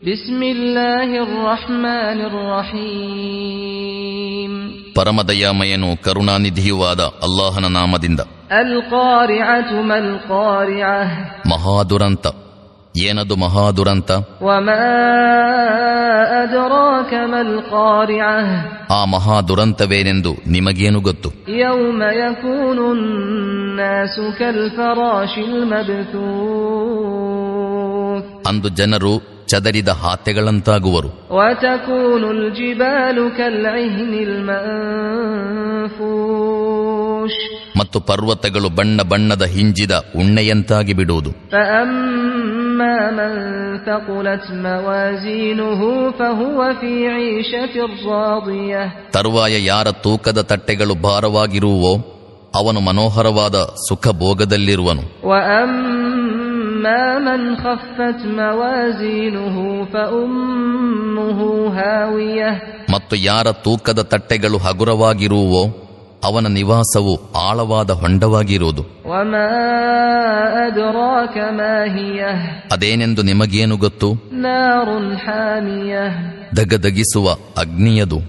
بسم الله الرحمن الرحيم ಪರಮದಯಾಮಯನು ಕರುಣಾನಿಧಿಯೂ ಆದ ಅಲ್ಲಾಹನ ನಾಮದಿಂದ القارعة ما القارعة ಮಹಾದುರಂತ ಏನದು ಮಹಾದುರಂತ وما أدراك ما القارعة ಆ ಮಹಾದುರಂತವೇನೆಂದು ನಿಮಗೇನು ಗೊತ್ತು يوم يكون الناس كالفراش المبثوث ಅಂದು ಜನರು ಚದರಿದ ಹಾತೆಗಳಂತಾಗುವರು وتكون الجبال كالعهن المنفوش ಮತ್ತು ಪರ್ವತಗಳು ಬಣ್ಣ ಬಣ್ಣದ ಹಿಂಜಿದ ಉಣ್ಣೆಯಂತಾಗಿ ಬಿಡುವುದು فأما من ثقلت موازينه فهو في عيشة راضية ತರುವಾಯ ಯಾರ ತೂಕದ ತಟ್ಟೆಗಳು ಭಾರವಾಗಿರುವೋ ಅವನು ಮನೋಹರವಾದ ಸುಖ ಭೋಗದಲ್ಲಿರುವನು وأما من خفت موازينه فأمه هاوية ಮತ್ತು ಯಾರ ತೂಕದ ತಟ್ಟೆಗಳು ಹಗುರವಾಗಿರುವೋ ಅವನ ನಿವಾಸವು ಆಳವಾದ ಹೊಂಡವಾಗಿರುವುದು وما أدراك ما هي ಅದೇನೆಂದು ನಿಮಗೇನು ಗೊತ್ತು نار حامية ಧಗಧಗಿಸುವ ಅಗ್ನಿಯದು